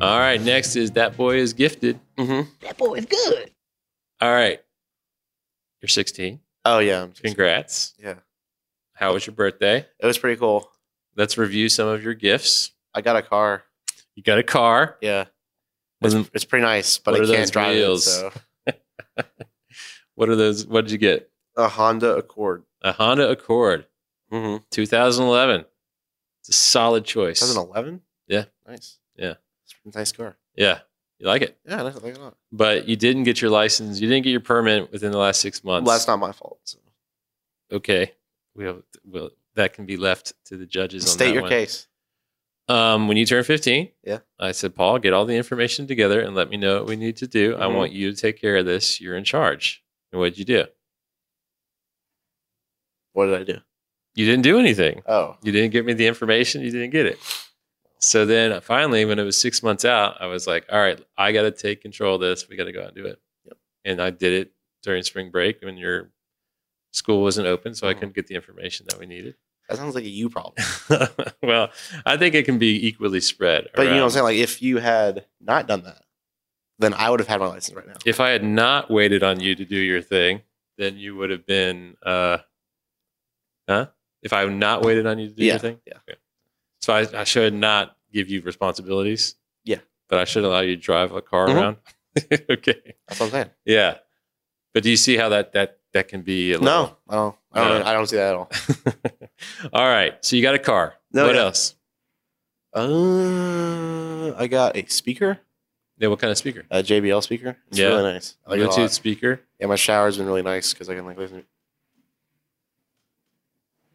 D: All right, next is That Boy is Gifted.
A: Mm-hmm.
D: All right. You're 16.
A: Oh yeah, I'm just-
D: Congrats.
A: yeah.
D: How was your birthday?
A: It was pretty cool.
D: Let's review some of your gifts.
A: I got a car.
D: You got a car.
A: Yeah,
D: Wasn't-
A: it's pretty nice, but
D: What
A: I
D: are those
A: can't drive
D: wheels?
A: it. So
D: What are those? What did you get?
A: a Honda Accord.
D: A Honda Accord
A: Mm-hmm.
D: 2011. It's a solid choice.
A: 2011.
D: Yeah.
A: nice.
D: Yeah.
A: it's a nice car.
D: Yeah. You like it.
A: Yeah, I like it a lot.
D: But you didn't get your license. You didn't get your permit within the last six months.
A: Well, that's not my fault. So.
D: okay. We'll, we'll, that can be left to the judges on
A: State
D: that
A: your
D: one.
A: case.
D: Um, when you turn 15,
A: Yeah.
D: I said, Paul, get all the information together and let me know what we need to do. I
A: Mhm.
D: want you to take care of this. You're in charge. And what did you do?
A: What did I do?
D: You didn't do anything.
A: Oh,
D: You didn't give me the information. You didn't get it. So then uh, finally, when it was six months out, I was like, all right, I got to take control of this. We got to go out and do it. And I did it during spring break when your school wasn't open. So I
A: Mhm.
D: couldn't get the information that we needed.
A: that sounds like a you problem.
D: well, I think it can be equally spread.
A: But you know what I'm
D: around.
A: saying? Like, if you had not done that, then I would have had my license right now.
D: if I had not waited on you to do your thing, then you would have been, uh, huh? If I had not waited on you to do
A: Yeah,
D: your thing,
A: yeah.
D: Okay. So I, I should not give you responsibilities.
A: Yeah.
D: but I should allow you to drive a car
A: Mhm.
D: around. okay,
A: That's what I'm saying.
D: yeah. But do you see how that that that can be? A
A: No, I don't. I don't,
D: No.
A: I don't see that at all.
D: little- All right. So you got a car.
A: No,
D: what
A: yeah.
D: else?
A: Uh, I got a speaker,
D: Yeah. What kind of speaker?
A: a JBL speaker. It's
D: Yeah.
A: really nice. I like it a
D: Bluetooth
A: lot.
D: speaker.
A: Yeah, my shower's been really nice because I can like listen.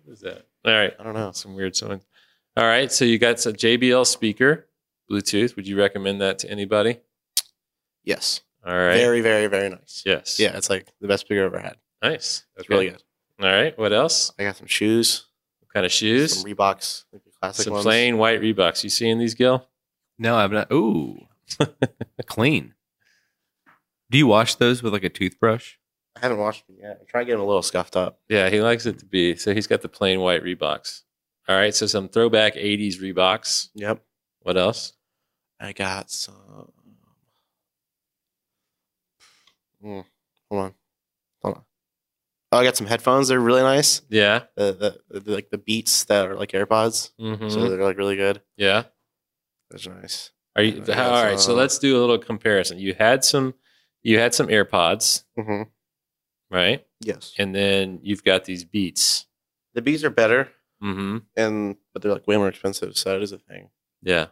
D: What is that? All right.
A: I don't know.
D: some weird sound. All right, so you got some JBL speaker, Bluetooth. Would you recommend that to anybody?
A: Yes,
D: All right.
A: very, very, very nice.
D: yes.
A: Yeah, it's like the best speaker I've ever had.
D: Nice.
A: It's really good.
D: All right. What else?
A: I got some shoes,
D: What kind of shoes?
A: some
D: Some,
A: Reeboks, like the classic ones.
D: plain white Reeboks. You seeing these, Gil?
E: No, I'm not. Ooh, clean. Do you wash those with like a toothbrush?
A: I haven't washed them yet. I'm trying to get them a little scuffed up.
D: Yeah, he likes it to be. So he's got the plain white Reeboks. All right. So some throwback '80s Reeboks.
A: Yep.
D: What else?
A: I got some. Mm, hold on, hold on. Oh, I got some headphones. They're really nice.
D: Yeah.
A: The, the, the like the Beats that are like AirPods,
D: hmm
A: so they're like really good.
D: yeah.
A: Those are nice.
D: Are you
A: I got
D: all right? So
A: some- uh,
D: let's do a little comparison. You had some, you had some AirPods,
A: Mm-hmm.
D: right?
A: Yes,
D: And then you've got these Beats.
A: the Beats are better,
D: Mm-hmm.
A: and but they're like way more expensive, so that is a thing.
D: Yeah.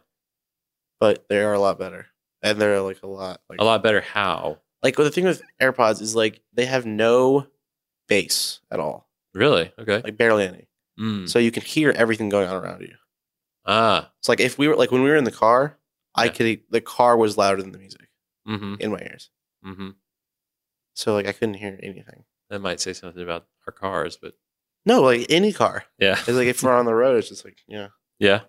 A: But they are a lot better, and they're like a lot like
D: A lot better how.
A: Like well, the thing with AirPods is like they have no bass at all,
D: Really? Okay.
A: like barely any,
D: Mm.
A: so you can hear everything going on around you.
D: Ah.
A: It's like if we were like when we were in the car, I
D: Yeah.
A: could the car was louder than the music
D: Mm-hmm.
A: in my ears.
D: Mm-hmm.
A: So like I couldn't hear anything.
D: That might say something about our cars, but
A: No, like any car.
D: yeah.
A: It's like if we're on the road, it's just like yeah,
D: Yeah.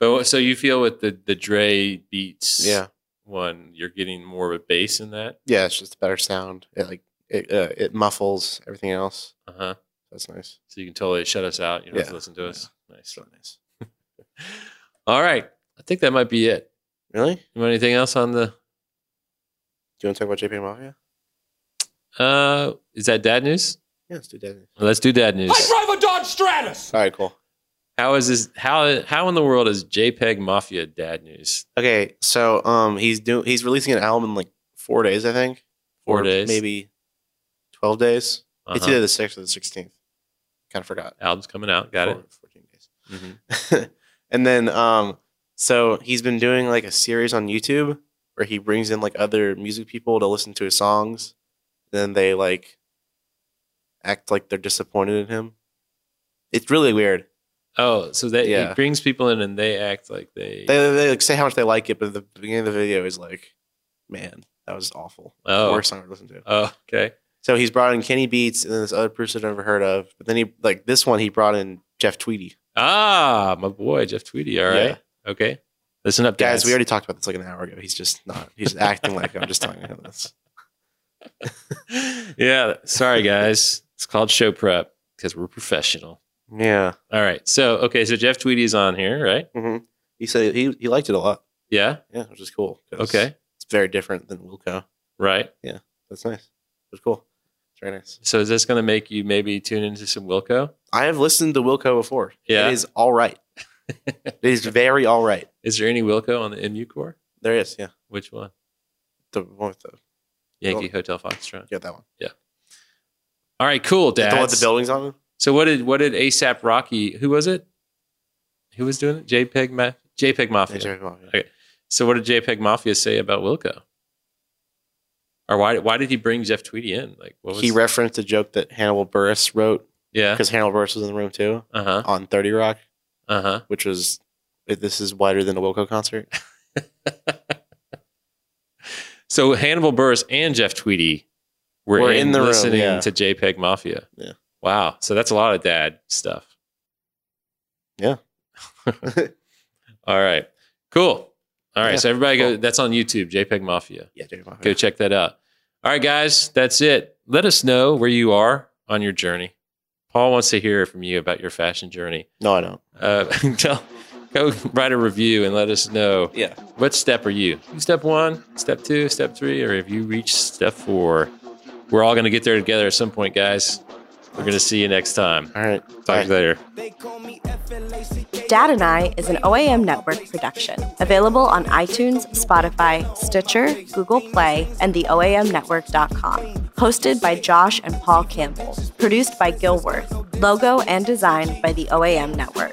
D: But what- so you feel with the the Dre Beats
A: yeah,
D: one, you're getting more of a bass in that.
A: yeah. It's just a better sound. It like it uh, it muffles everything else.
D: Uh huh.
A: That's nice.
D: So you can totally shut us out. You don't have to
A: Yeah.
D: listen to us. Nice.
A: It's really nice.
D: All right. I think that might be it.
A: Really?
D: You want anything else on the?
A: Do you want to talk about JP Mafia?
D: Uh, is that dad news?
A: Yeah, let's do that.
D: Let's do dad news.
A: All right, cool.
D: How is this? How how in the world is JPEG Mafia dad news?
A: Okay, so um, he's doing he's releasing an album in like four days, I think.
D: Four
A: Or
D: days.
A: maybe twelve days. It's
D: Uh-huh.
A: either the sixth or the sixteenth. Kind of forgot.
D: Album's coming out. Got
A: Four- Fourteen days.
D: it. hmm
A: and then um so he's been doing like a series on YouTube where he brings in like other music people to listen to his songs. Then they like act like they're disappointed in him. It's really weird.
D: Oh, so that
A: Yeah.
D: he brings people in and they act like they.
A: They they like say how much they like it, but at the beginning of the video is like, man, that was awful.
D: oh,
A: Worst song I've ever listened to.
D: oh, okay.
A: So he's brought in Kenny Beats and then this other person I've never heard of. But then he like this one he brought in Jeff Tweedy.
D: Ah, my boy Jeff Tweedy. All right. Okay. Listen up,
A: Guys,
D: dads.
A: we already talked about this like an hour ago. He's just not. He's acting like I'm just telling him this.
D: yeah. Sorry, guys. It's called show prep because we're professional.
A: Yeah.
D: All right. So okay. So Jeff Tweedy's on here, right?
A: He said he, he liked it a lot.
D: Yeah.
A: Yeah, which is cool. 'cause
D: Okay.
A: It's very different than Wilco.
D: Right.
A: That's nice. It was cool. It's very nice.
D: So is this going to make you maybe tune into some Wilco?
A: I have listened to Wilco before.
D: Yeah.
A: It is all right. it is very all right.
D: Is there any Wilco on the MU core?
A: There is, yeah.
D: Which one?
A: The one with the
D: Yankee
A: Oh.
D: Hotel Foxtrot.
A: yeah, that one.
D: All right, cool,
A: The
D: Dad.
A: one with the buildings on it?
D: So what did what did ASAP Rocky? Who was it? Who was doing it? JPEG Ma- JPEG Mafia.
A: Yeah, Jerry Maguire.
D: Okay. So what did JPEG Mafia say about Wilco? Or why why did he bring Jeff Tweedy in? Like what was
A: He referenced a joke that Hannibal Burris wrote
D: Yeah.
A: because Hannibal Burris was in the room too
D: Uh huh.
A: on 30 Rock,
D: Uh huh.
A: which was eh, this is wider than a Wilco concert.
D: So Hannibal Burris and Jeff Tweedy were,
A: Were
D: in,
A: in the room,
D: listening
A: yeah.
D: to JPEG Mafia.
A: Yeah.
D: Wow. So that's a lot of dad stuff.
A: Yeah.
D: All right. Cool. All right.
A: Yeah,
D: So everybody go.
A: cool.
D: That's on YouTube. JPEG Mafia.
A: Yeah, Jerry Maguire.
D: Go check that out. All right, guys. That's it. Let us know where you are on your journey. Paul wants to hear from you about your fashion journey.
A: No, I don't.
D: Uh, tell, go write a review and let us know.
A: Yeah.
D: What step are you? You Step one, step two, step three, or have you reached step four? We're all going to get there together at some point, guys. We're going to see you next time.
A: All right.
D: Talk
A: Bye.
D: to you later.
B: Dad and I is an OAM network production, available on iTunes, Spotify, Stitcher, Google Play, and the OAMnetwork.com. Hosted by Josh and Paul Campbell. Produced by Gilworth. Logo and design by the OAM Network.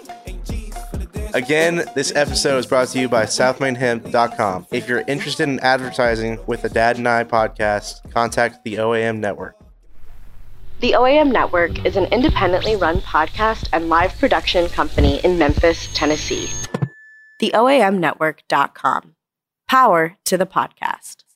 A: Again, this episode is brought to you by SouthMainHemp.com. If you're interested in advertising with the Dad and I podcast, contact the OAM Network.
B: The OAM Network is an independently run podcast and live production company in Memphis, Tennessee. TheOAMNetwork.com. Power to the podcast.